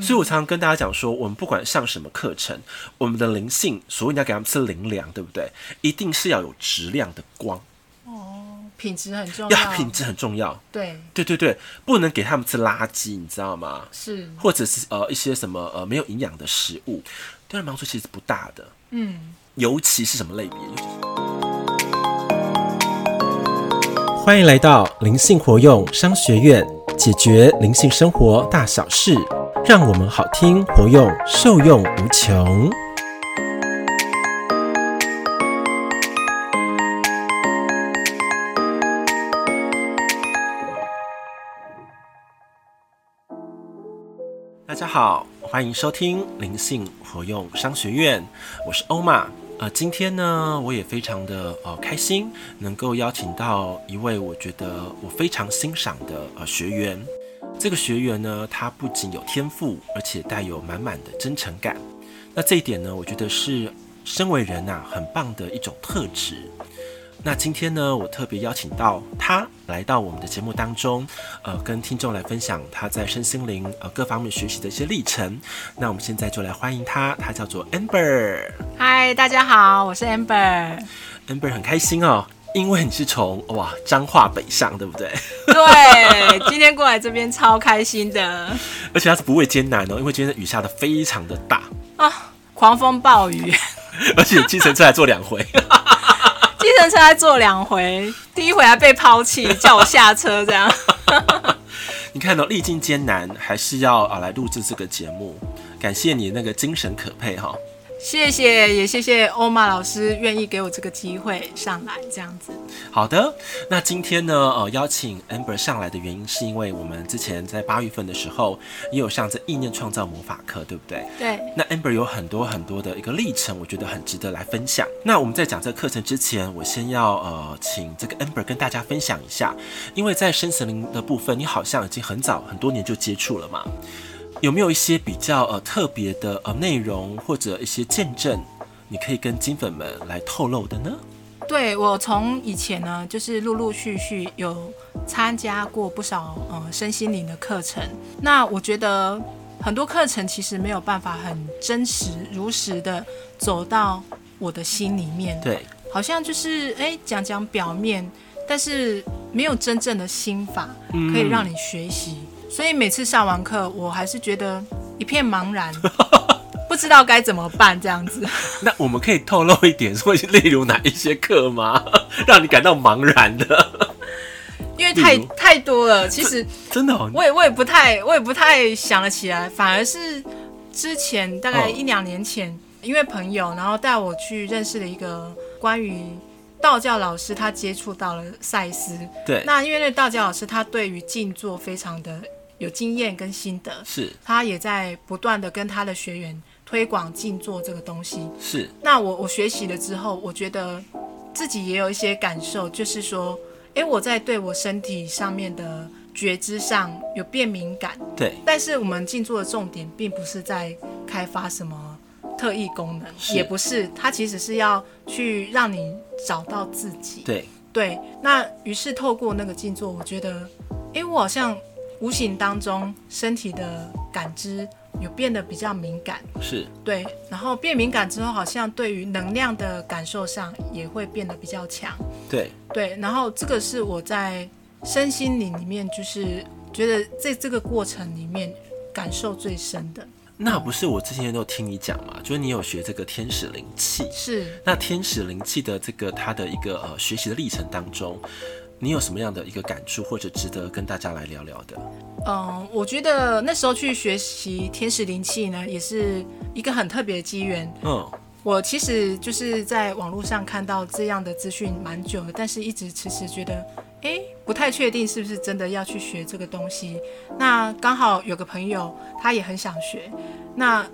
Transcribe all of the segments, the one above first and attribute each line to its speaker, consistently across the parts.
Speaker 1: 所以我常常跟大家讲说，我们不管上什么课程，我们的灵性，所以你要给他们吃灵粮，对不对？一定是要有质量的光，
Speaker 2: 哦，品质很重
Speaker 1: 要品质很重要。
Speaker 2: 对，
Speaker 1: 对对对，不能给他们吃垃圾，你知道吗？
Speaker 2: 是，
Speaker 1: 或者是呃一些什么呃没有营养的食物，对他们来说其实不大的，
Speaker 2: 嗯，
Speaker 1: 尤其是什么类别？尤其是欢迎来到灵性活用商学院，解决灵性生活大小事，让我们好听活用，受用无穷。大家好，欢迎收听灵性活用商学院，我是欧玛。呃，今天呢，我也非常的呃开心，能够邀请到一位我觉得我非常欣赏的呃学员。这个学员呢，他不仅有天赋，而且带有满满的真诚感。那这一点呢，我觉得是身为人呐、啊很棒的一种特质。那今天呢，我特别邀请到他来到我们的节目当中，呃，跟听众来分享他在身心灵呃各方面学习的一些历程。那我们现在就来欢迎他，他叫做 Amber。
Speaker 2: 嗨，大家好，我是 Amber，
Speaker 1: Amber 很开心哦，因为你是从哇彰化北上，对不 对？
Speaker 2: 对，今天过来这边超开心的
Speaker 1: 而且它是不畏艰难哦，因为今天的雨下的非常的大，
Speaker 2: 啊，狂风暴雨，
Speaker 1: 而且计程车还坐两回，
Speaker 2: 计程车还坐两回，第一回还被抛弃，叫我下车这样，
Speaker 1: 你看到、哦、历尽艰难，还是要啊来录制这个节目，感谢你那个精神可佩哈、
Speaker 2: 谢谢，也谢谢欧玛老师愿意给我这个机会上来这样子，
Speaker 1: 好的，那今天呢，呃，邀请 Amber 上来的原因是因为我们之前在八月份的时候也有上这意念创造魔法课，对不对？
Speaker 2: 对，
Speaker 1: 那 Amber 有很多很多的一个历程，我觉得很值得来分享。那我们在讲这个课程之前，我先要呃，请这个 Amber 跟大家分享一下，因为在深神灵的部分，你好像已经很早很多年就接触了嘛，有没有一些比较呃特别的呃内容或者一些见证，你可以跟金粉们来透露的呢？
Speaker 2: 对我从以前呢，就是陆陆续续有参加过不少呃身心灵的课程。那我觉得很多课程其实没有办法很真实、如实的走到我的心里面，
Speaker 1: 对，
Speaker 2: 好像就是哎讲讲表面，但是没有真正的心法
Speaker 1: 嗯
Speaker 2: 可以让你学习。所以每次上完课，我还是觉得一片茫然， 不知道该怎么办这样子。
Speaker 1: 那我们可以透露一点， 说例如哪一些课吗？ 让你感到茫然的，
Speaker 2: 因为太
Speaker 1: 例如
Speaker 2: 太多了，其实
Speaker 1: 真的、哦，
Speaker 2: 我也我也不太我也不太想得起来，反而是之前大概
Speaker 1: 哦
Speaker 2: 一两年前，因为朋友，然后带我去认识了一个关于道教老师，他接触到了赛斯。
Speaker 1: 对，
Speaker 2: 那因为那个道教老师他对于静坐非常的有经验跟心得，
Speaker 1: 是
Speaker 2: 他也在不断的跟他的学员推广静坐这个东西。
Speaker 1: 是，
Speaker 2: 那我我学习了之后，我觉得自己也有一些感受，就是说，诶，我在对我身体上面的觉知上有变敏感，
Speaker 1: 对，
Speaker 2: 但是我们静坐的重点并不是在开发什么特异功能，
Speaker 1: 是
Speaker 2: 也不是，它其实是要去让你找到自己。
Speaker 1: 对，
Speaker 2: 对，那于是透过那个静坐，我觉得，诶，我好像无形当中身体的感知有变得比较敏感。
Speaker 1: 是，
Speaker 2: 对，然后变敏感之后，好像对于能量的感受上也会变得比较强。
Speaker 1: 对，
Speaker 2: 对，然后这个是我在身心灵里面，就是觉得在这个过程里面感受最深的
Speaker 1: 那不是我之前都有听你讲嘛，就是你有学这个天使灵气，
Speaker 2: 是，
Speaker 1: 那天使灵气的这个它的一个呃学习的历程当中，你有什么样的一个感触，或者值得跟大家来聊聊的？
Speaker 2: 嗯，我觉得那时候去学习天使灵气呢，也是一个很特别的机缘。
Speaker 1: 嗯，
Speaker 2: 我其实就是在网络上看到这样的资讯蛮久了，但是一直迟迟觉得，诶，不太确定是不是真的要去学这个东西。那刚好有个朋友，他也很想学，那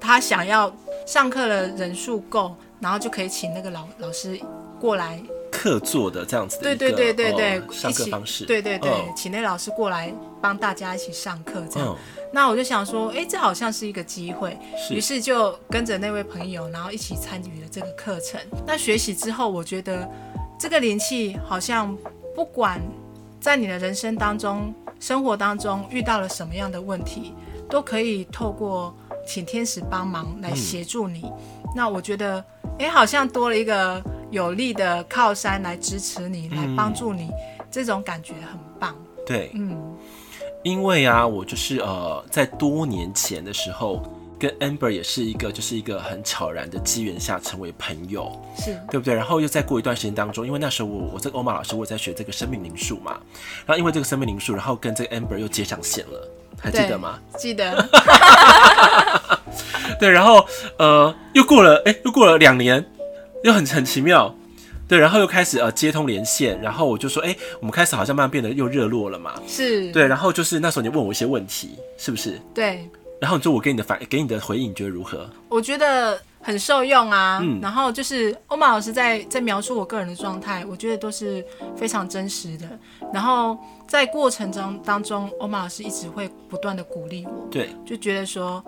Speaker 2: 他想要上课的人数够，然后就可以请那个老老师过来
Speaker 1: 客座的这样子的
Speaker 2: 对
Speaker 1: 一个
Speaker 2: 对对对对，
Speaker 1: 呃、
Speaker 2: 一
Speaker 1: 上课
Speaker 2: 起
Speaker 1: 方式，
Speaker 2: 对对对，
Speaker 1: 嗯
Speaker 2: 请那老师过来帮大家一起上课这样。
Speaker 1: 嗯，
Speaker 2: 那我就想说，诶，这好像是一个机会，于
Speaker 1: 是
Speaker 2: 是就跟着那位朋友，然后一起参与了这个课程。那学习之后，我觉得这个灵气好像不管在你的人生当中、生活当中遇到了什么样的问题，都可以透过请天使帮忙来协助你。那我觉得，诶，好像多了一个有力的靠山来支持你，来帮助你，这种感觉很棒。
Speaker 1: 对，
Speaker 2: 嗯，
Speaker 1: 因为啊，我就是呃，在多年前的时候，跟 Amber 也是一个，就是一个很悄然的机缘下成为朋友，
Speaker 2: 是
Speaker 1: 对不对？然后又再过一段时间当中，因为那时候我我这个欧哦玛老师我也在学这个生命灵数嘛，然后因为这个生命灵数，然后跟这个 Amber 又接上线了，还记得吗？？
Speaker 2: 对记得，
Speaker 1: 对，然后呃，又过了，哎，又过了两年，又很很奇妙。对，然后又开始呃接通连线，然后我就说，哎，我们开始好像慢慢变得又热络了嘛。
Speaker 2: 是，
Speaker 1: 对，然后就是那时候你问我一些问题，是不是？
Speaker 2: 对，
Speaker 1: 然后你说我给你的反给你的回应，你觉得如何？
Speaker 2: 我觉得很受用啊。然后就是欧玛老师在在描述我个人的状态，我觉得都是非常真实的。然后在过程中当中，欧玛老师一直会不断的鼓励我，
Speaker 1: 对，
Speaker 2: 就觉得说。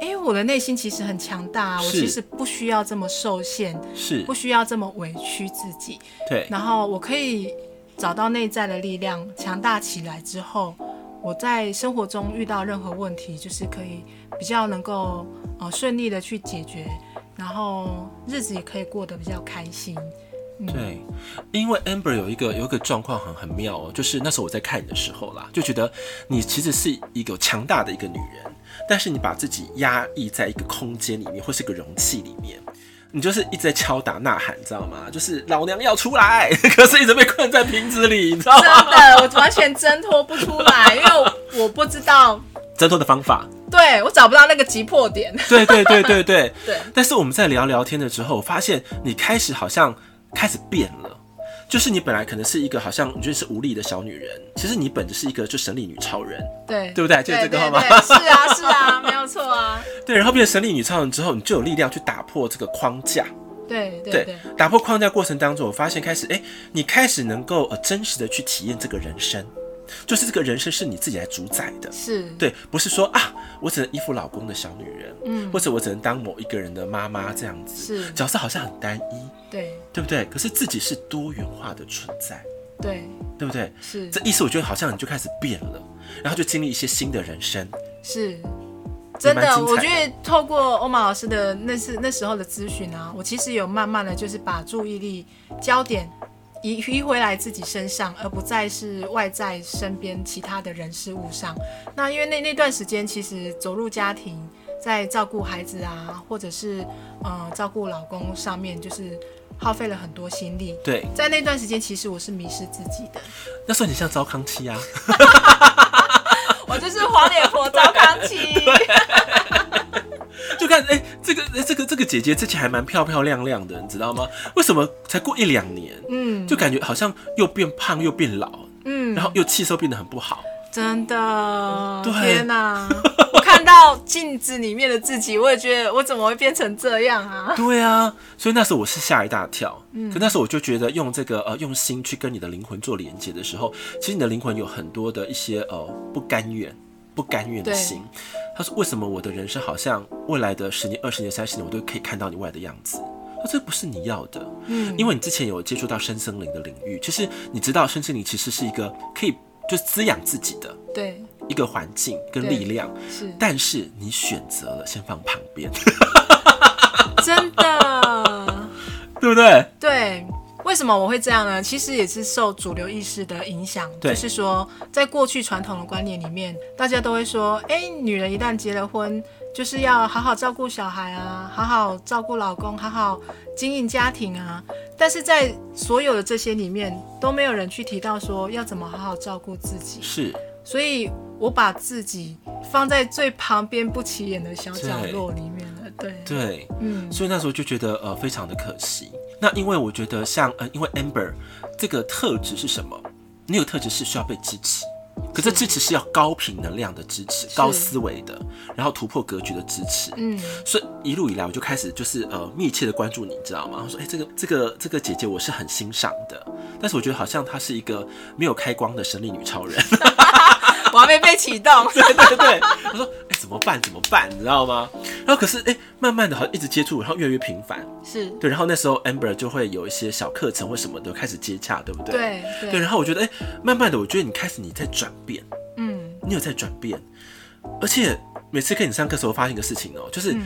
Speaker 2: 哎，我的内心其实很强大、啊，我
Speaker 1: 是
Speaker 2: 其实不需要这么受限，
Speaker 1: 是
Speaker 2: 不，需要这么委屈自己。
Speaker 1: 对，
Speaker 2: 然后我可以找到内在的力量，强大起来之后，我在生活中遇到任何问题，就是可以比较能够呃顺利的去解决，然后日子也可以过得比较开心。
Speaker 1: 对，因为 Amber 有一个有一个状况很很妙哦，就是那时候我在看你的时候啦，就觉得你其实是一个强大的一个女人，但是你把自己压抑在一个空间里面或是一个容器里面。你就是一直在敲打呐喊，你知道吗？就是老娘要出来， 可是一直被困在瓶子里，你知道
Speaker 2: 真
Speaker 1: 吗？
Speaker 2: 的，我完全挣脱不出来，因为我我不知道，
Speaker 1: 挣脱的方法，
Speaker 2: 对我找不到那个急迫点。
Speaker 1: 对对对对对
Speaker 2: 对
Speaker 1: 但是我们在聊聊天的时候，我发现你开始好像开始变了，就是你本来可能是一个好像你觉得是无力的小女人，其实你本质是一个就神力女超人，
Speaker 2: 对，
Speaker 1: 对不对就是这个号码
Speaker 2: 对对是啊，是啊，没有错啊。
Speaker 1: 对，然后变成神力女超人之后，你就有力量去打破这个框架。
Speaker 2: 对对
Speaker 1: 对
Speaker 2: 对，
Speaker 1: 打破框架过程当中，我发现开始，哎，你开始能够呃真实的去体验这个人生，就是这个人生是你自己来主宰的。
Speaker 2: 是，
Speaker 1: 对，不是说啊，我只能依附老公的小女人，嗯，或者我只能当某一个人的妈妈这样子，
Speaker 2: 是
Speaker 1: 角色好像很单一，
Speaker 2: 对
Speaker 1: 对不对？可是自己是多元化的存在，
Speaker 2: 对
Speaker 1: 对不对？
Speaker 2: 是
Speaker 1: 这意思我觉得好像你就开始变了，然后就经历一些新的人生，
Speaker 2: 是，真
Speaker 1: 蛮
Speaker 2: 的，
Speaker 1: 精彩的
Speaker 2: 我觉得透过欧玛老师的那次那时候的咨询啊，我其实有慢慢的就是把注意力焦点移移回来自己身上，而不再是外在身边其他的人事物上。那因为那那段时间其实走入家庭，在照顾孩子啊，或者是呃照顾老公上面，就是耗费了很多心力。
Speaker 1: 对。
Speaker 2: 在那段时间，其实我是迷失自己的，
Speaker 1: 那时候你像糟糠妻啊，
Speaker 2: 我就是黄脸婆糟糠 妻。
Speaker 1: 就看哎、这个、哎这个这个姐姐之前还蛮漂漂亮亮的，你知道吗？为什么才过一两年，
Speaker 2: 嗯
Speaker 1: 就感觉好像又变胖又变老，
Speaker 2: 嗯，
Speaker 1: 然后又气色变得很不好。
Speaker 2: 真的，
Speaker 1: 对
Speaker 2: 天哪！我看到镜子里面的自己，我也觉得我怎么会变成这样啊？
Speaker 1: 对啊，所以那时候我是吓一大跳。
Speaker 2: 嗯
Speaker 1: 可那时候我就觉得用这个呃用心去跟你的灵魂做连接的时候，其实你的灵魂有很多的一些呃不甘愿、不甘愿的
Speaker 2: 对
Speaker 1: 心。他说：“为什么我的人生好像未来的十年、二十年、三十年，我都可以看到你未来的样子？”他说：“这不是你要的，嗯，因为你之前有接触到深森林的领域，其实你知道深森林其实是一个可以就滋养自己的
Speaker 2: 对，
Speaker 1: 一个环境跟
Speaker 2: 对
Speaker 1: 力量，
Speaker 2: 是
Speaker 1: 但是你选择了先放旁边，
Speaker 2: 真的。
Speaker 1: 对不对？
Speaker 2: 对，为什么我会这样呢？其实也是受主流意识的影响，
Speaker 1: 对
Speaker 2: 就是说，在过去传统的观念里面，大家都会说，哎，女人一旦结了婚，就是要好好照顾小孩啊，好好照顾老公，好好经营家庭啊。但是在所有的这些里面，都没有人去提到说要怎么好好照顾自己，
Speaker 1: 是。”
Speaker 2: 所以我把自己放在最旁边不起眼的小角
Speaker 1: 对
Speaker 2: 落里面了。对，
Speaker 1: 对，
Speaker 2: 嗯，
Speaker 1: 所以那时候就觉得呃非常的可惜。那因为我觉得像呃，因为 Amber 这个特质是什么？你有特质是需要被支持，可这支持是要高频能量的支持，高思维的，然后突破格局的支持。
Speaker 2: 嗯，
Speaker 1: 所以一路以来，我就开始就是呃密切的关注你，你知道吗？我说，哎、这个这个这个姐姐我是很欣赏的，但是我觉得好像她是一个没有开光的神力女超人。
Speaker 2: 我还没被启动。
Speaker 1: 对对对，我说，哎、怎么办？怎么办？你知道吗？然后可是，哎、慢慢的好像一直接触，然后越来越频繁，
Speaker 2: 是，
Speaker 1: 对，然后那时候 Amber 就会有一些小课程或什么的开始接洽，对不对？
Speaker 2: 对
Speaker 1: 对。然后我觉得，哎、慢慢的，我觉得你开始你在转变，
Speaker 2: 嗯，
Speaker 1: 你有在转变，而且每次跟你上课的时候，我发现一个事情哦、就是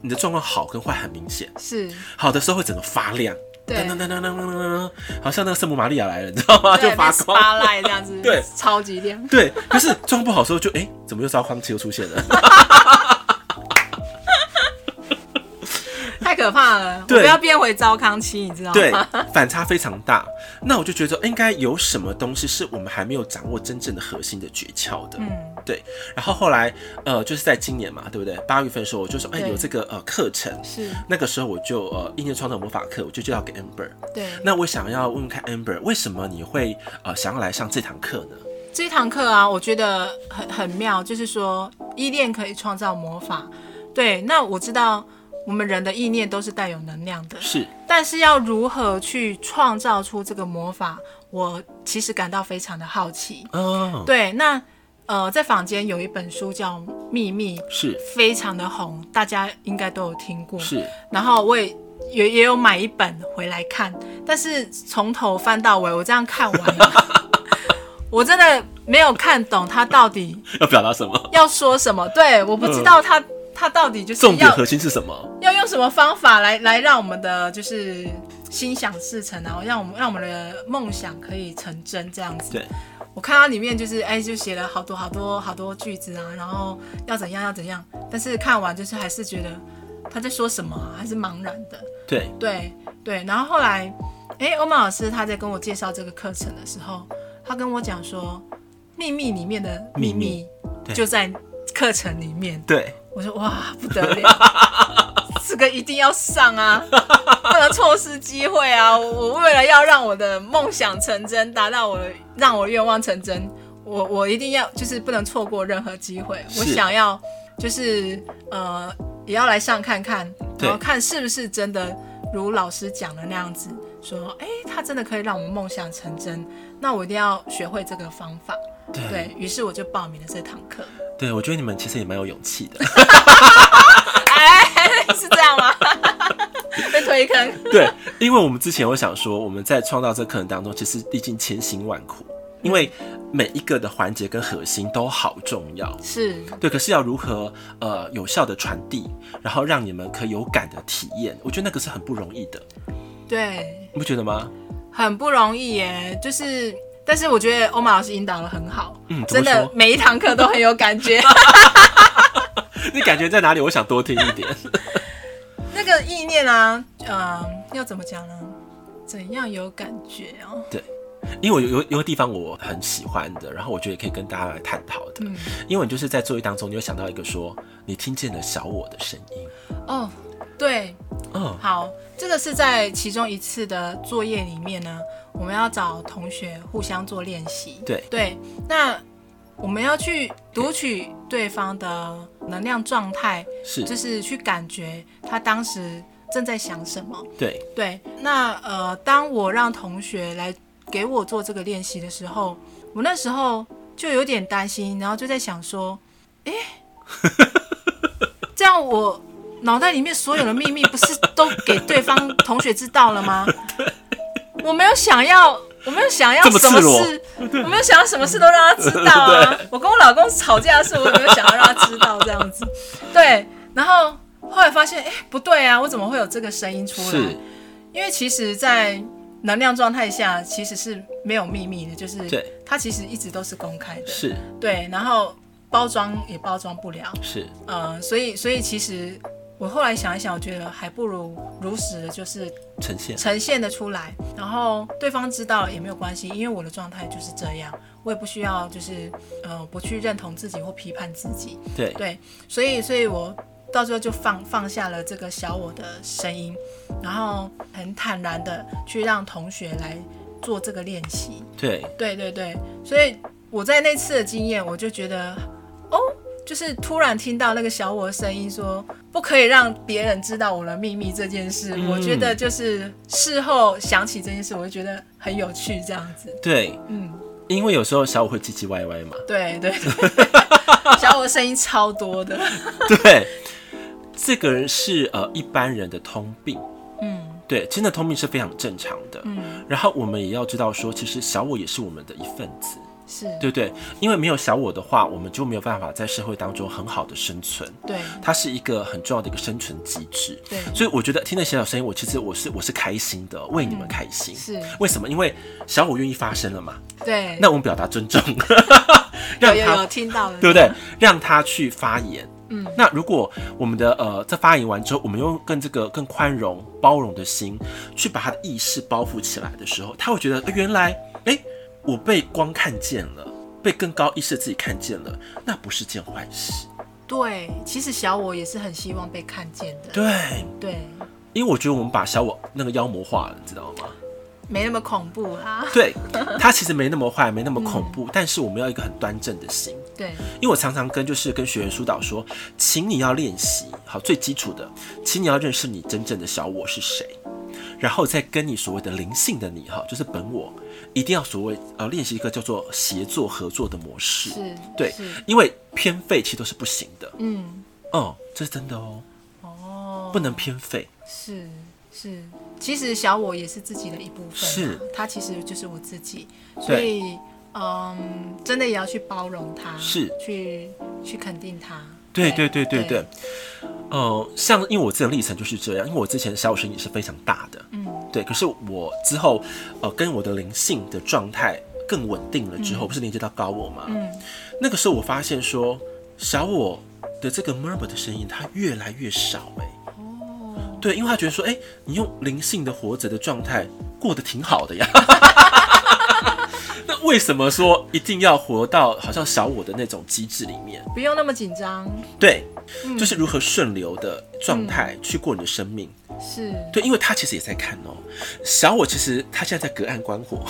Speaker 1: 你的状况好跟坏很明显，
Speaker 2: 是，
Speaker 1: 好的时候会整个发亮，
Speaker 2: 对
Speaker 1: 噔噔噔噔噔噔噔噔，好像那个圣母玛利亚来了，你知道吗？就发光。
Speaker 2: 发赖这样子，
Speaker 1: 对，
Speaker 2: 超级亮。
Speaker 1: 对，可是状况不好的时候就哎、怎么又烧光气又出现了？
Speaker 2: 太可怕了！
Speaker 1: 对
Speaker 2: 我不要变回糟糠妻，你知道吗？
Speaker 1: 对，反差非常大。那我就觉得哎应该有什么东西是我们还没有掌握真正的核心的诀窍的。
Speaker 2: 嗯，
Speaker 1: 对，然后后来，呃，就是在今年嘛，对不对？八月份的时候，我就说，哎、
Speaker 2: 对
Speaker 1: 有这个呃课程，
Speaker 2: 是
Speaker 1: 那个时候我就呃意念创造魔法课，我就介绍给 Amber。
Speaker 2: 对。
Speaker 1: 那我想要问问看 Amber，为什么你会呃想要来上这堂课呢？
Speaker 2: 这堂课啊，我觉得很很妙，就是说依恋可以创造魔法。对，那我知道我们人的意念都是带有能量的，
Speaker 1: 是
Speaker 2: 但是要如何去创造出这个魔法，我其实感到非常的好奇。
Speaker 1: 哦，
Speaker 2: 对，那呃，在坊间有一本书叫《秘密》，
Speaker 1: 是
Speaker 2: 非常的红，大家应该都有听过。
Speaker 1: 是
Speaker 2: 然后我也也也有买一本回来看，但是从头翻到尾，我这样看完了， 我真的没有看懂他到底
Speaker 1: 要表达什 么？
Speaker 2: 要说什么。对，我不知道他、他到底就是
Speaker 1: 嗯重点
Speaker 2: 要
Speaker 1: 核心是什么？
Speaker 2: 要用什么方法来来让我们的就是心想事成，然后让我们让我们的梦想可以成真这样子。
Speaker 1: 对，
Speaker 2: 我看它里面就是哎、就写了好多好多好多句子啊，然后要怎样要怎样，但是看完就是还是觉得他在说什么、啊，还是茫然的。
Speaker 1: 对，
Speaker 2: 对对，然后后来，哎，欧曼老师他在跟我介绍这个课程的时候，他跟我讲说，秘密里面的
Speaker 1: 秘
Speaker 2: 秘密
Speaker 1: 对
Speaker 2: 就在课程里面。
Speaker 1: 对，
Speaker 2: 我说哇，不得了， 这个一定要上啊，不能错失机会啊！我我为了要让我的梦想成真，达到我的让我愿望成真，我我一定要就是不能错过任何机会。
Speaker 1: 是
Speaker 2: 我想要就是呃，也要来上看看，
Speaker 1: 对
Speaker 2: 然后看是不是真的如老师讲的那样子，说哎，他真的可以让我们梦想成真，那我一定要学会这个方法。
Speaker 1: 对
Speaker 2: 对于是，我就报名了这堂课。
Speaker 1: 对，我觉得你们其实也蛮有勇气的。
Speaker 2: 哎，是这样 吗？被推坑，
Speaker 1: 对，因为我们之前我想说，我们在创造这课程当中，其实历经千辛万苦，因为每一个的环节跟核心都好重要。
Speaker 2: 是
Speaker 1: 对，可是要如何呃有效的传递，然后让你们可以有感的体验，我觉得那个是很不容易的，
Speaker 2: 对，
Speaker 1: 你不觉得吗？
Speaker 2: 很不容易耶。就是，但是我觉得欧玛老师引导的很好，
Speaker 1: 嗯怎
Speaker 2: 真
Speaker 1: 么
Speaker 2: 的
Speaker 1: 说
Speaker 2: 每一堂课都很有 感觉。
Speaker 1: 你感觉在哪里？我想多听一点。
Speaker 2: 那个意念啊，嗯、要怎么讲呢？怎样有感觉哦？
Speaker 1: 因为我有有有个地方我很喜欢的，然后我觉得也可以跟大家来探讨的。
Speaker 2: 嗯
Speaker 1: 因为你就是在作业当中，你有想到一个说，你听见了小我的声音。
Speaker 2: 哦，对，
Speaker 1: 嗯，
Speaker 2: 好，这个是在其中一次的作业里面呢，我们要找同学互相做练习。
Speaker 1: 对
Speaker 2: 对，那我们要去读取对方的能量状态，
Speaker 1: 是，
Speaker 2: 就是去感觉他当时正在想什么。
Speaker 1: 对，
Speaker 2: 对，那呃，当我让同学来给我做这个练习的时候，我那时候就有点担心，然后就在想说，诶，这样我脑袋里面所有的秘密不是都给对方同学知道了吗？我没有想要。我没有想要
Speaker 1: 这么
Speaker 2: 什么
Speaker 1: 赤裸
Speaker 2: 事，我没有想要什么事都让他知道啊！我跟我老公吵架的时候，我也没有想要让他知道这样子。对，然后后来发现，哎，不对啊，我怎么会有这个声音出来？
Speaker 1: 是，
Speaker 2: 因为其实，在能量状态下，其实是没有秘密的，就是
Speaker 1: 对
Speaker 2: 它其实一直都是公开的，
Speaker 1: 是，
Speaker 2: 对，然后包装也包装不了，
Speaker 1: 是，
Speaker 2: 呃，所以所以其实我后来想一想，我觉得还不如如实的，就是
Speaker 1: 呈现。
Speaker 2: 呈现的出来，然后对方知道了也没有关系，因为我的状态就是这样，我也不需要就是呃不去认同自己或批判自己，
Speaker 1: 对，
Speaker 2: 对，所以所以我到最后就放放下了这个小我的声音，然后很坦然的去让同学来做这个练习。
Speaker 1: 对，
Speaker 2: 对对对，所以我在那次的经验，我就觉得哦，就是突然听到那个小我的声音说不可以让别人知道我的秘密这件事，我觉得就是事后想起这件事，我就觉得很有趣，这样子。
Speaker 1: 对，
Speaker 2: 嗯，
Speaker 1: 因为有时候小我会唧唧歪歪嘛。
Speaker 2: 对对对，小我的声音超多的。
Speaker 1: 对，这个人是呃一般人的通病。
Speaker 2: 嗯
Speaker 1: 对，真的通病是非常正常的。
Speaker 2: 嗯，
Speaker 1: 然后我们也要知道说，其实小我也是我们的一份子。
Speaker 2: 是
Speaker 1: 对不对？因为没有小我的话，我们就没有办法在社会当中很好的生存。
Speaker 2: 对
Speaker 1: 它是一个很重要的一个生存机制。
Speaker 2: 对
Speaker 1: 所以我觉得听了小小声音，我其实我是我是开心的，为你们开心。
Speaker 2: 嗯是
Speaker 1: 为什么？因为小我愿意发声了嘛。
Speaker 2: 对，
Speaker 1: 那我们表达尊重， 让
Speaker 2: 有有有
Speaker 1: 他
Speaker 2: 听到了，
Speaker 1: 对不对？让他去发言。嗯，那如果我们的呃，在发言完之后，我们用更这个更宽容、包容的心去把他的意识包覆起来的时候，他会觉得、呃原来，哎、我被光看见了，被更高意识的自己看见了，那不是件坏事。
Speaker 2: 对，其实小我也是很希望被看见的，
Speaker 1: 对，
Speaker 2: 对，
Speaker 1: 因为我觉得我们把小我那个妖魔化了，你知道吗？
Speaker 2: 没那么恐怖啦，
Speaker 1: 对，他其实没那么坏，没那么恐怖，但是我们要一个很端正的心。
Speaker 2: 对，
Speaker 1: 因为我常常跟就是跟学员疏导说，请你要练习好最基础的，请你要认识你真正的小我是谁，然后再跟你所谓的灵性的你哈，就是本我，一定要所谓呃练习一个叫做协作合作的模式，
Speaker 2: 是，
Speaker 1: 对
Speaker 2: 是，
Speaker 1: 因为偏废其实都是不行的，
Speaker 2: 嗯，
Speaker 1: 哦、这是真的哦，
Speaker 2: 哦，
Speaker 1: 不能偏废，
Speaker 2: 是是，其实小我也是自己的一部分啊，
Speaker 1: 是
Speaker 2: 它其实就是我自己，所以嗯，真的也要去包容它，
Speaker 1: 是
Speaker 2: 去去肯定它，
Speaker 1: 对对对对对，呃，像因为我自己的历程就是这样，因为我之前小我声音也是非常大的，
Speaker 2: 嗯，
Speaker 1: 对，可是我之后，呃，跟我的灵性的状态更稳定了之后，不是连接到高我吗？
Speaker 2: 嗯，
Speaker 1: 那个时候我发现说，小我的这个 murmur 的声音，它越来越少、欸，
Speaker 2: 哦，
Speaker 1: 对，因为他觉得说，哎、你用灵性的活着的状态过得挺好的呀。 那为什么说一定要活到好像小我的那种机制里面？
Speaker 2: 不用那么紧张，
Speaker 1: 对，
Speaker 2: 嗯
Speaker 1: 就是如何顺流的状态去过你的生命。
Speaker 2: 是，
Speaker 1: 对，因为他其实也在看哦、小我其实他现在在隔岸观 火，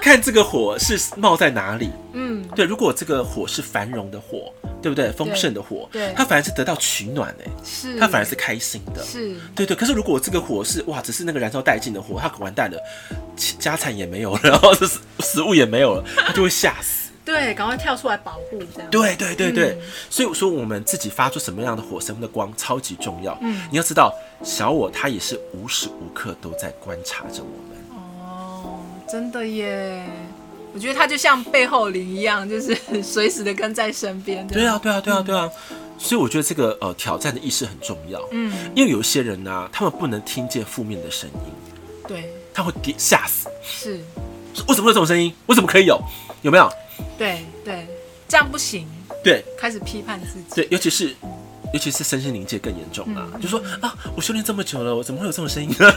Speaker 1: 看这个火是冒在哪里。
Speaker 2: 嗯，
Speaker 1: 对，如果这个火是繁荣的火，对不对？丰盛的火，
Speaker 2: 对
Speaker 1: 他反而是得到取暖哎、
Speaker 2: 是，
Speaker 1: 他反而是开心的。
Speaker 2: 是，
Speaker 1: 对对，可是如果这个火是哇，只是那个燃烧殆尽的火，他可完蛋了，其家产也没有了， 然后是食食物也没有了，他就会吓死。
Speaker 2: 对，赶快跳出来保护这样，
Speaker 1: 对对对对，
Speaker 2: 嗯
Speaker 1: 所以我说我们自己发出什么样的火，什么样的光，超级重要。嗯，你要知道，小我他也是无时无刻都在观察着我们。
Speaker 2: 哦，真的耶。我觉得它就像背后灵一样，就是随时的跟在身边。
Speaker 1: 对，啊，对啊，对啊，对啊。所以我觉得这个呃挑战的意识很重要，
Speaker 2: 嗯，
Speaker 1: 因为有一些人呢、啊他们不能听见负面的声音，
Speaker 2: 对，
Speaker 1: 他会给吓死。
Speaker 2: 是，
Speaker 1: 为什么会有这种声音？我怎么可以有？有没有？
Speaker 2: 对对，这样不行，
Speaker 1: 对
Speaker 2: 开始批判自己。
Speaker 1: 对，尤其是尤其是身心灵界更严重啦，
Speaker 2: 嗯
Speaker 1: 就说啊，我修炼这么久了，我怎么会有这种声 音呢？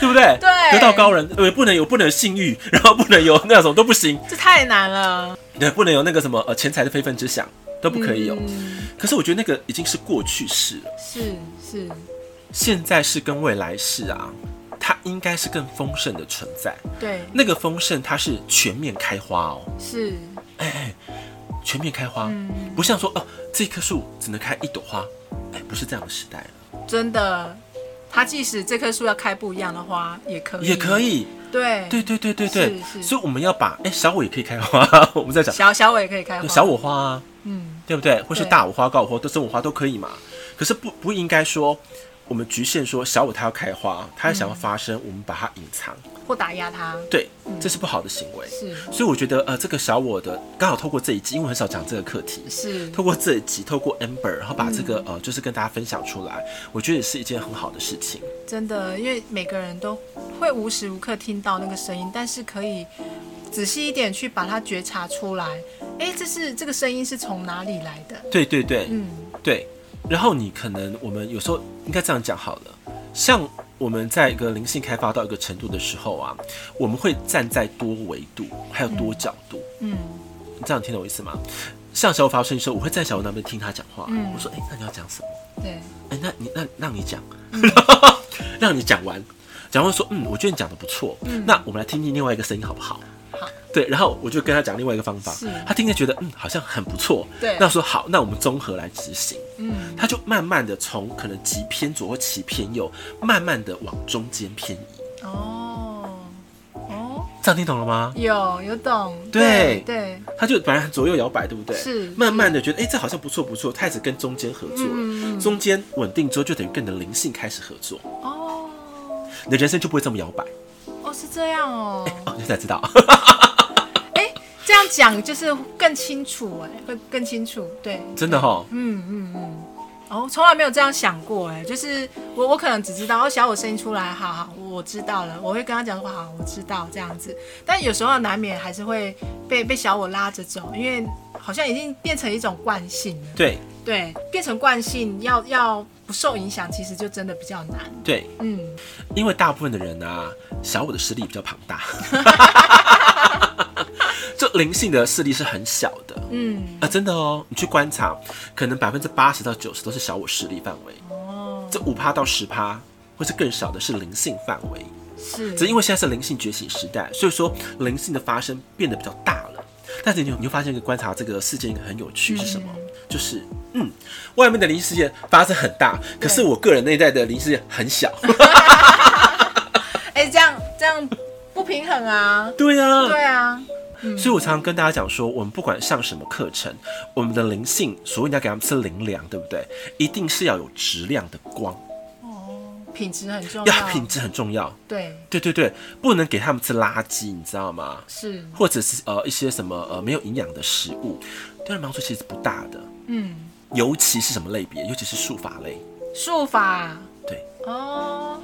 Speaker 1: 对不对？
Speaker 2: 对
Speaker 1: 得道高人，呃，不能有不能有性欲，然后不能有那种都不行，
Speaker 2: 这太难了，
Speaker 1: 对，不能有那个什么呃钱财的非分之想，都不可以有。
Speaker 2: 嗯
Speaker 1: 可是我觉得那个已经是过去式了。
Speaker 2: 是是，
Speaker 1: 现在是跟未来是啊，它应该是更丰盛的存在。
Speaker 2: 对，
Speaker 1: 那个丰盛，它是全面开花哦，
Speaker 2: 是，
Speaker 1: 哎全面开花，
Speaker 2: 嗯
Speaker 1: 不像说哦、这棵树只能开一朵花，哎，不是这样的时代了，
Speaker 2: 真的。它即使这棵树要开不一样的花，也可以，
Speaker 1: 也可，以，
Speaker 2: 对
Speaker 1: 对，对对对对，
Speaker 2: 嗯是是
Speaker 1: 所以我们要把哎小我也可以开花， 我们在讲
Speaker 2: 小小我也可以开花，
Speaker 1: 小，我花啊，
Speaker 2: 嗯，
Speaker 1: 对不对？或是
Speaker 2: 对
Speaker 1: 大我花、高我花、都中我花都可以嘛，可是不不应该说。我们局限说小我它要开花，它想要发生，我们把它隐藏，
Speaker 2: 或打压它，
Speaker 1: 对，
Speaker 2: 嗯
Speaker 1: 这是不好的行为。
Speaker 2: 是
Speaker 1: 所以我觉得，呃，这个小我的刚好透过这一集，因为我很少讲这个课题，
Speaker 2: 是，
Speaker 1: 透过这一集，透过 Amber，然后把这个、呃，就是跟大家分享出来，我觉得也是一件很好的事情。
Speaker 2: 真的，因为每个人都会无时无刻听到那个声音，但是可以仔细一点去把它觉察出来，哎，这是这个声音是从哪里来的？
Speaker 1: 对对对、
Speaker 2: 嗯，
Speaker 1: 对。然后你可能我们有时候应该这样讲好了，像我们在一个灵性开发到一个程度的时候啊，我们会站在多维度还有多角度，
Speaker 2: 嗯，
Speaker 1: 你这样听懂我意思吗？像小我发声的时候，我会站在小我那边听他讲话，我说，哎、那你要讲什么？
Speaker 2: 对，
Speaker 1: 哎、那你那让你讲， 让你讲完，讲完说，嗯，我觉得你讲的不错，那我们来听听另外一个声音好不好？
Speaker 2: 好，
Speaker 1: 对，然后我就跟他讲另外一个方法
Speaker 2: 是，
Speaker 1: 他听着觉得嗯好像很不错，
Speaker 2: 对
Speaker 1: 那我说好，那我们综合来执行，
Speaker 2: 嗯，
Speaker 1: 他就慢慢的从可能极偏左或极偏右，慢慢的往中间偏移，
Speaker 2: 哦，哦。
Speaker 1: 这样听懂了吗？
Speaker 2: 有有懂，
Speaker 1: 对
Speaker 2: 对，
Speaker 1: 他就本来很左右摇摆，对不对？
Speaker 2: 是
Speaker 1: 慢慢的觉得哎、这好像不错不错，开始跟中间合作了，
Speaker 2: 嗯嗯嗯
Speaker 1: 中间稳定之后就等于跟你的灵性开始合作，
Speaker 2: 哦
Speaker 1: 你的人生就不会这么摇摆。
Speaker 2: 哦哦，是这样哦。
Speaker 1: 哦，现在知道，
Speaker 2: 哎，这样讲就是更清楚哎，会更清楚。对，
Speaker 1: 真的哈，
Speaker 2: 嗯嗯嗯。哦，从来没有这样想过哎，就是我我可能只知道哦，小我声音出来，好好，我知道了，我会跟他讲说好，我知道这样子。但有时候难免还是会被被小我拉着走，因为好像已经变成一种惯性了。
Speaker 1: 对
Speaker 2: 对，变成惯性要要不受影响，其实就真的比较难。
Speaker 1: 对，
Speaker 2: 嗯，
Speaker 1: 因为大部分的人啊，小我的势力比较庞大， 就灵性的势力是很小的。
Speaker 2: 嗯，
Speaker 1: 啊，真的哦，你去观察，可能百分之八十到九十都是小我势力范围，
Speaker 2: 哦，
Speaker 1: 这五趴到十趴，或是更少的是灵性范围。
Speaker 2: 是，
Speaker 1: 只是因为现在是灵性觉醒时代，所以说灵性的发生变得比较大了。但是你你会发现一个观察这个世界一个很有趣是什么？就是嗯，外面的灵异事件发生很大，可是
Speaker 2: 对
Speaker 1: 我个人内在的灵异事件很 小。
Speaker 2: 哎、这样这样不平衡啊。
Speaker 1: 对啊，
Speaker 2: 对啊，
Speaker 1: 所以我常常跟大家讲说，我们不管上什么课程，我们的灵性，所谓你要给他们吃灵粮，对不对？一定是要有质量的光，
Speaker 2: 品质很重
Speaker 1: 要
Speaker 2: 要。
Speaker 1: 品质很重要。
Speaker 2: 对，
Speaker 1: 对对对，不能给他们吃垃圾，你知道吗？
Speaker 2: 是，
Speaker 1: 或者是呃一些什么呃没有营养的食物，对他们帮助其实不大的。
Speaker 2: 嗯，
Speaker 1: 尤其是什么类别？尤其是术法类，
Speaker 2: 术法
Speaker 1: 对，
Speaker 2: 哦，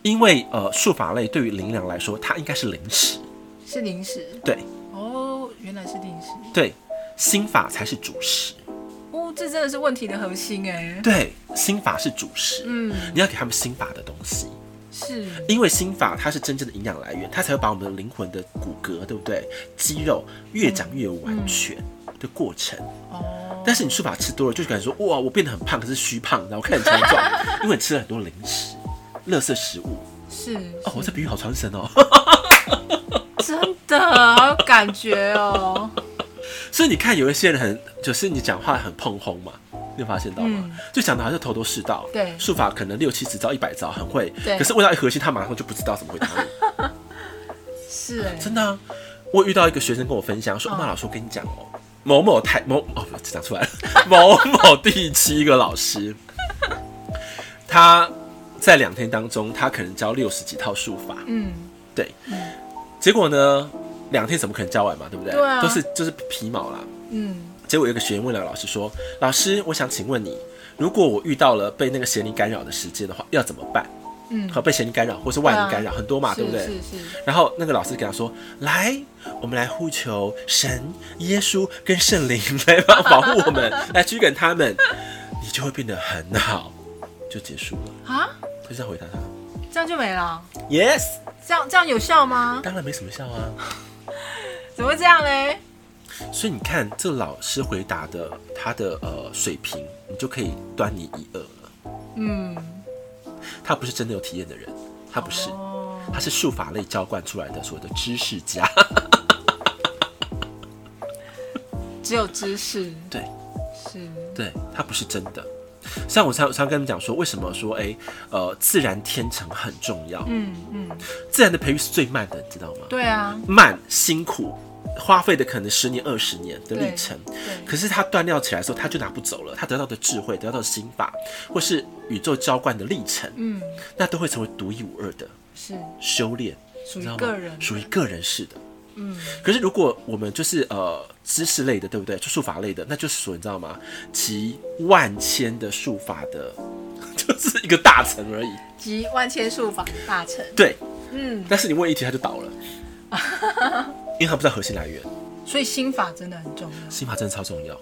Speaker 1: 因为呃术法类对于灵粮来说，它应该是零食，
Speaker 2: 是零食
Speaker 1: 对
Speaker 2: 哦，原来是零食。
Speaker 1: 对，心法才是主食，
Speaker 2: 哦，这真的是问题的核心哎。
Speaker 1: 对，心法是主食，
Speaker 2: 嗯，
Speaker 1: 你要给他们心法的东西。
Speaker 2: 是，
Speaker 1: 因为心法它是真正的营养来源，它才会把我们的灵魂的骨骼，对不对？肌肉越长越完全的过程。
Speaker 2: 哦，
Speaker 1: 但是你术法吃多了，就感觉说哇，我变得很胖，可是虚胖，然后看起来很壮，因为你吃了很多零食、垃圾食物。
Speaker 2: 是
Speaker 1: 哦，我这比喻好传神哦。
Speaker 2: 嗯真的好有感觉哦。
Speaker 1: 所以你看，有一些人很，就是你讲话很碰轰嘛，你有发现到吗？
Speaker 2: 嗯
Speaker 1: 就讲的好像头头是道。
Speaker 2: 对
Speaker 1: 术法可能六七十招、一百招很会，
Speaker 2: 对
Speaker 1: 可是问到一核心，他马上就不知道怎么回答你。
Speaker 2: 是哎，
Speaker 1: 真的、啊，我有遇到一个学生跟我分享说，
Speaker 2: 嗯
Speaker 1: 妈老师，我跟你讲哦，某某台某哦，不讲出来了，某某地区一个老师， 他在两天当中，他可能教六十几套术法，
Speaker 2: 嗯，
Speaker 1: 对
Speaker 2: 嗯，
Speaker 1: 结果呢，两天怎么可能教完嘛，对不对？
Speaker 2: 对啊
Speaker 1: 都是就是皮毛啦。
Speaker 2: 嗯，
Speaker 1: 结果有一个学员问了老师说，老师，我想请问你。如果我遇到了被那个邪灵干扰的时间的话，要怎么办？
Speaker 2: 嗯，
Speaker 1: 和被邪灵干扰，或是外
Speaker 2: 对啊
Speaker 1: 灵干扰，很多嘛，对不对？
Speaker 2: 是是是，
Speaker 1: 然后那个老师给他说：“来，我们来呼求神、耶稣跟圣灵来帮保护我们，来驱赶他们，你就会变得很好。”就结束了。
Speaker 2: 啊，
Speaker 1: 他就这样回答他
Speaker 2: 这样就没了。
Speaker 1: ：“Yes，
Speaker 2: 这样这样有效吗？
Speaker 1: 当然没什么效啊。
Speaker 2: 怎么会这样嘞？”
Speaker 1: 所以你看，这老师回答的他的呃水平，你就可以端倪一二了。
Speaker 2: 嗯，
Speaker 1: 他不是真的有体验的人，他不是，
Speaker 2: 哦，
Speaker 1: 他是术法类浇灌出来的所谓的知识家。
Speaker 2: 只有知识
Speaker 1: 对。
Speaker 2: 是，
Speaker 1: 对，它不是真的。像我常常跟你们讲说，为什么说哎、呃，自然天成很重要，
Speaker 2: 嗯嗯，
Speaker 1: 自然的培育是最慢的，你知道吗？
Speaker 2: 对啊，
Speaker 1: 慢、辛苦，花费的可能十年、二十年的历程。
Speaker 2: 对，
Speaker 1: 可是他锻炼起来的时候，他就拿不走了。他得到的智慧、得到的心法，或是宇宙浇灌的历程，
Speaker 2: 嗯，
Speaker 1: 那都会成为独一无二的
Speaker 2: 是
Speaker 1: 修炼，你
Speaker 2: 属于
Speaker 1: 知道吗
Speaker 2: 个人，
Speaker 1: 属于个人式的。
Speaker 2: 嗯，
Speaker 1: 可是如果我们就是呃知识类的，对不对？就术法类的，那就是说你知道吗？集万千的术法的， 就是一个大成而已。
Speaker 2: 集万千术法大成，
Speaker 1: 对，
Speaker 2: 嗯，
Speaker 1: 但是你问一题他就倒了， 因为他不知道核心来源。
Speaker 2: 所以心法真的很重要，
Speaker 1: 心法真的超重要。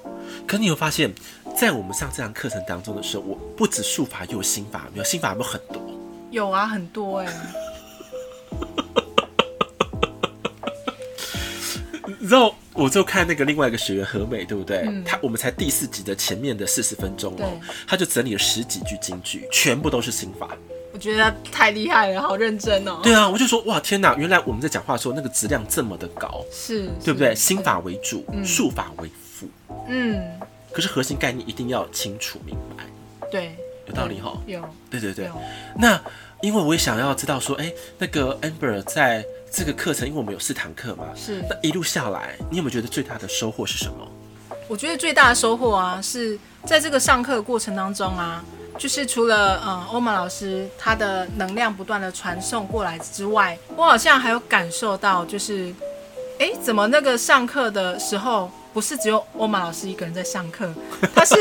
Speaker 1: 可你有发现，在我们上这堂课程当中的时候，我不止术法，也有心法，有没有心法有没有很多？
Speaker 2: 有啊，很多哎、
Speaker 1: 你知道，我就看那个另外一个学员何美，对不对？
Speaker 2: 嗯
Speaker 1: 他我们才第四集的前面的四十分钟哦
Speaker 2: 对，
Speaker 1: 他就整理了十几句金句，全部都是心法。
Speaker 2: 我觉得太厉害了，好认真哦，
Speaker 1: 对啊，我就说哇，天哪！原来我们在讲话的时候，那个质量这么的高，
Speaker 2: 是，
Speaker 1: 对不对？
Speaker 2: 是
Speaker 1: 心，法为主，
Speaker 2: 嗯
Speaker 1: 术法为辅，
Speaker 2: 嗯，
Speaker 1: 可是核心概念一定要清楚明白。
Speaker 2: 对，
Speaker 1: 有道理哈
Speaker 2: 有，
Speaker 1: 对对对
Speaker 2: 有。
Speaker 1: 那因为我也想要知道说，哎，那个 Amber 在这个课程，因为我们有四堂课嘛，
Speaker 2: 是
Speaker 1: 那一路下来，你有没有觉得最大的收获是什么？
Speaker 2: 我觉得最大的收获啊，是在这个上课的过程当中啊，就是除了嗯欧玛老师他的能量不断的传送过来之外，我好像还有感受到，就是诶，怎么那个上课的时候不是只有欧玛老师一个人在上课，他是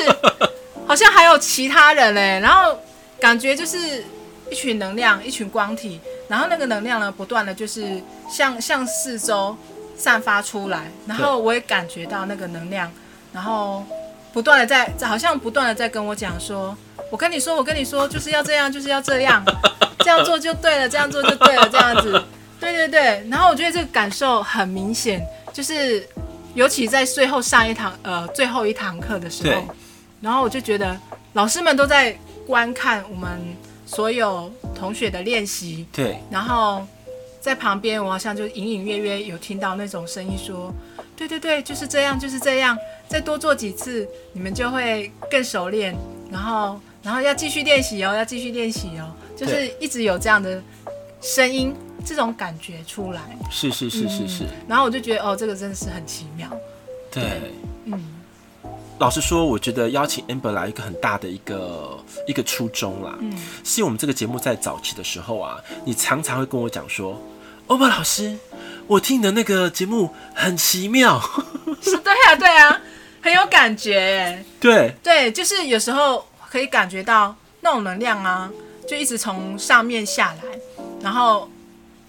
Speaker 2: 好像还有其他人嘞、然后感觉就是一群能量，一群光体，然后那个能量呢不断的就是向向四周散发出来，然后我也感觉到那个能量，然后不断的在好像不断的在跟我讲说，我跟你说，我跟你说，就是要这样，就是要这样，这样做就对了，这样做就对了，这样子，对对对。然后我觉得这个感受很明显，就是尤其在最后上一堂呃最后一堂课的时候
Speaker 1: 对，
Speaker 2: 然后我就觉得老师们都在观看我们所有同学的练习，
Speaker 1: 对，
Speaker 2: 然后在旁边，我好像就隐隐约约有听到那种声音说：“对对对，就是这样，就是这样，再多做几次，你们就会更熟练。然后，然后要继续练习哦，要继续练习哦，就是一直有这样的声音，这种感觉出来。
Speaker 1: 是是是是是，
Speaker 2: 然后我就觉得，哦，这个真的是很奇妙。
Speaker 1: 对。
Speaker 2: 嗯，
Speaker 1: 老实说，我觉得邀请 Amber 来一个很大的一个一个初衷啦，嗯，是因为我们这个节目在早期的时候啊，你常常会跟我讲说，欧巴老师，我听你的那个节目很奇妙，
Speaker 2: 是 对啊，对啊，很有感觉耶。
Speaker 1: 对
Speaker 2: 对，就是有时候可以感觉到那种能量啊，就一直从上面下来，然后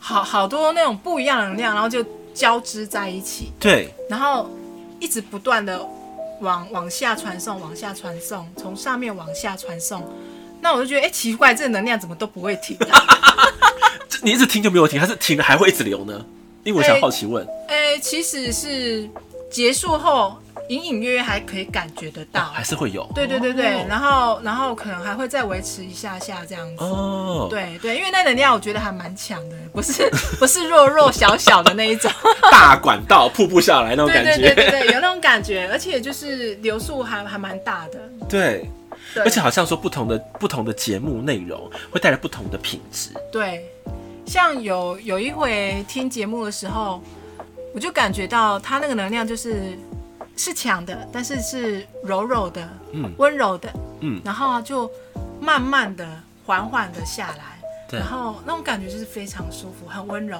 Speaker 2: 好好多那种不一样的能量，然后就交织在一起，
Speaker 1: 对
Speaker 2: 然后一直不断的往往下传送，往下传送，从上面往下传送。那我就觉得，哎、奇怪，这能量怎么都不会停、 啊？
Speaker 1: 这你一直听就没有停，还是停了还会一直流呢？因为我想好奇问，
Speaker 2: 哎、其实是结束后，隐隐约约还可以感觉得到。哎
Speaker 1: 还是会有，
Speaker 2: 对对对对，
Speaker 1: 哦
Speaker 2: 然后然后可能还会再维持一下下这样子。
Speaker 1: 哦，
Speaker 2: 对对，因为那能量我觉得还蛮强的，不是不是弱弱小小的那一种，
Speaker 1: 大管道瀑布下来那种
Speaker 2: 对
Speaker 1: 感
Speaker 2: 对对
Speaker 1: 觉，
Speaker 2: 对对，有那种感觉，而且就是流速还还蛮大的，
Speaker 1: 对，
Speaker 2: 对，
Speaker 1: 而且好像说不同的不同的节目内容会带来不同的品质，
Speaker 2: 对，像有有一回听节目的时候，我就感觉到他那个能量就是是强的，但是是柔柔的，
Speaker 1: 嗯
Speaker 2: 温柔的，
Speaker 1: 嗯
Speaker 2: 然后就慢慢的、缓缓的下来，
Speaker 1: 对嗯
Speaker 2: 然后那种感觉就是非常舒服，很温柔。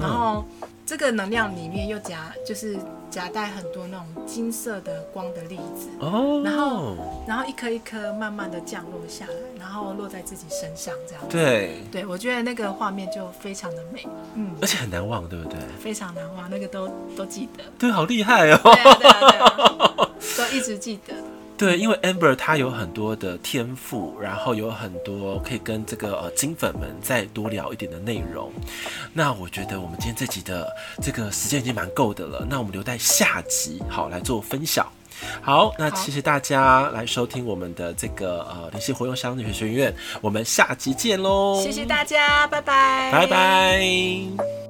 Speaker 2: 然后这个能量里面又夹就是夹带很多那种金色的光的粒子，
Speaker 1: 哦，
Speaker 2: 然后然后一颗一颗慢慢的降落下来，然后落在自己身上这样。
Speaker 1: 对，
Speaker 2: 对，我觉得那个画面就非常的美，嗯，
Speaker 1: 而且很难忘，对不对？
Speaker 2: 非常难忘，那个都都记 得。
Speaker 1: 对，好厉害哦。
Speaker 2: 对啊，对啊，对啊，都一直记得。
Speaker 1: 对，因为 Amber 她有很多的天赋，然后有很多可以跟这个呃金粉们再多聊一点的内容。那我觉得我们今天这集的这个时间已经蛮够的了，那我们留待下集好来做分享。好，那
Speaker 2: 好
Speaker 1: 谢谢大家来收听我们的这个呃灵性活用商女学学院，我们下集见喽，
Speaker 2: 谢谢大家，拜拜，
Speaker 1: 拜拜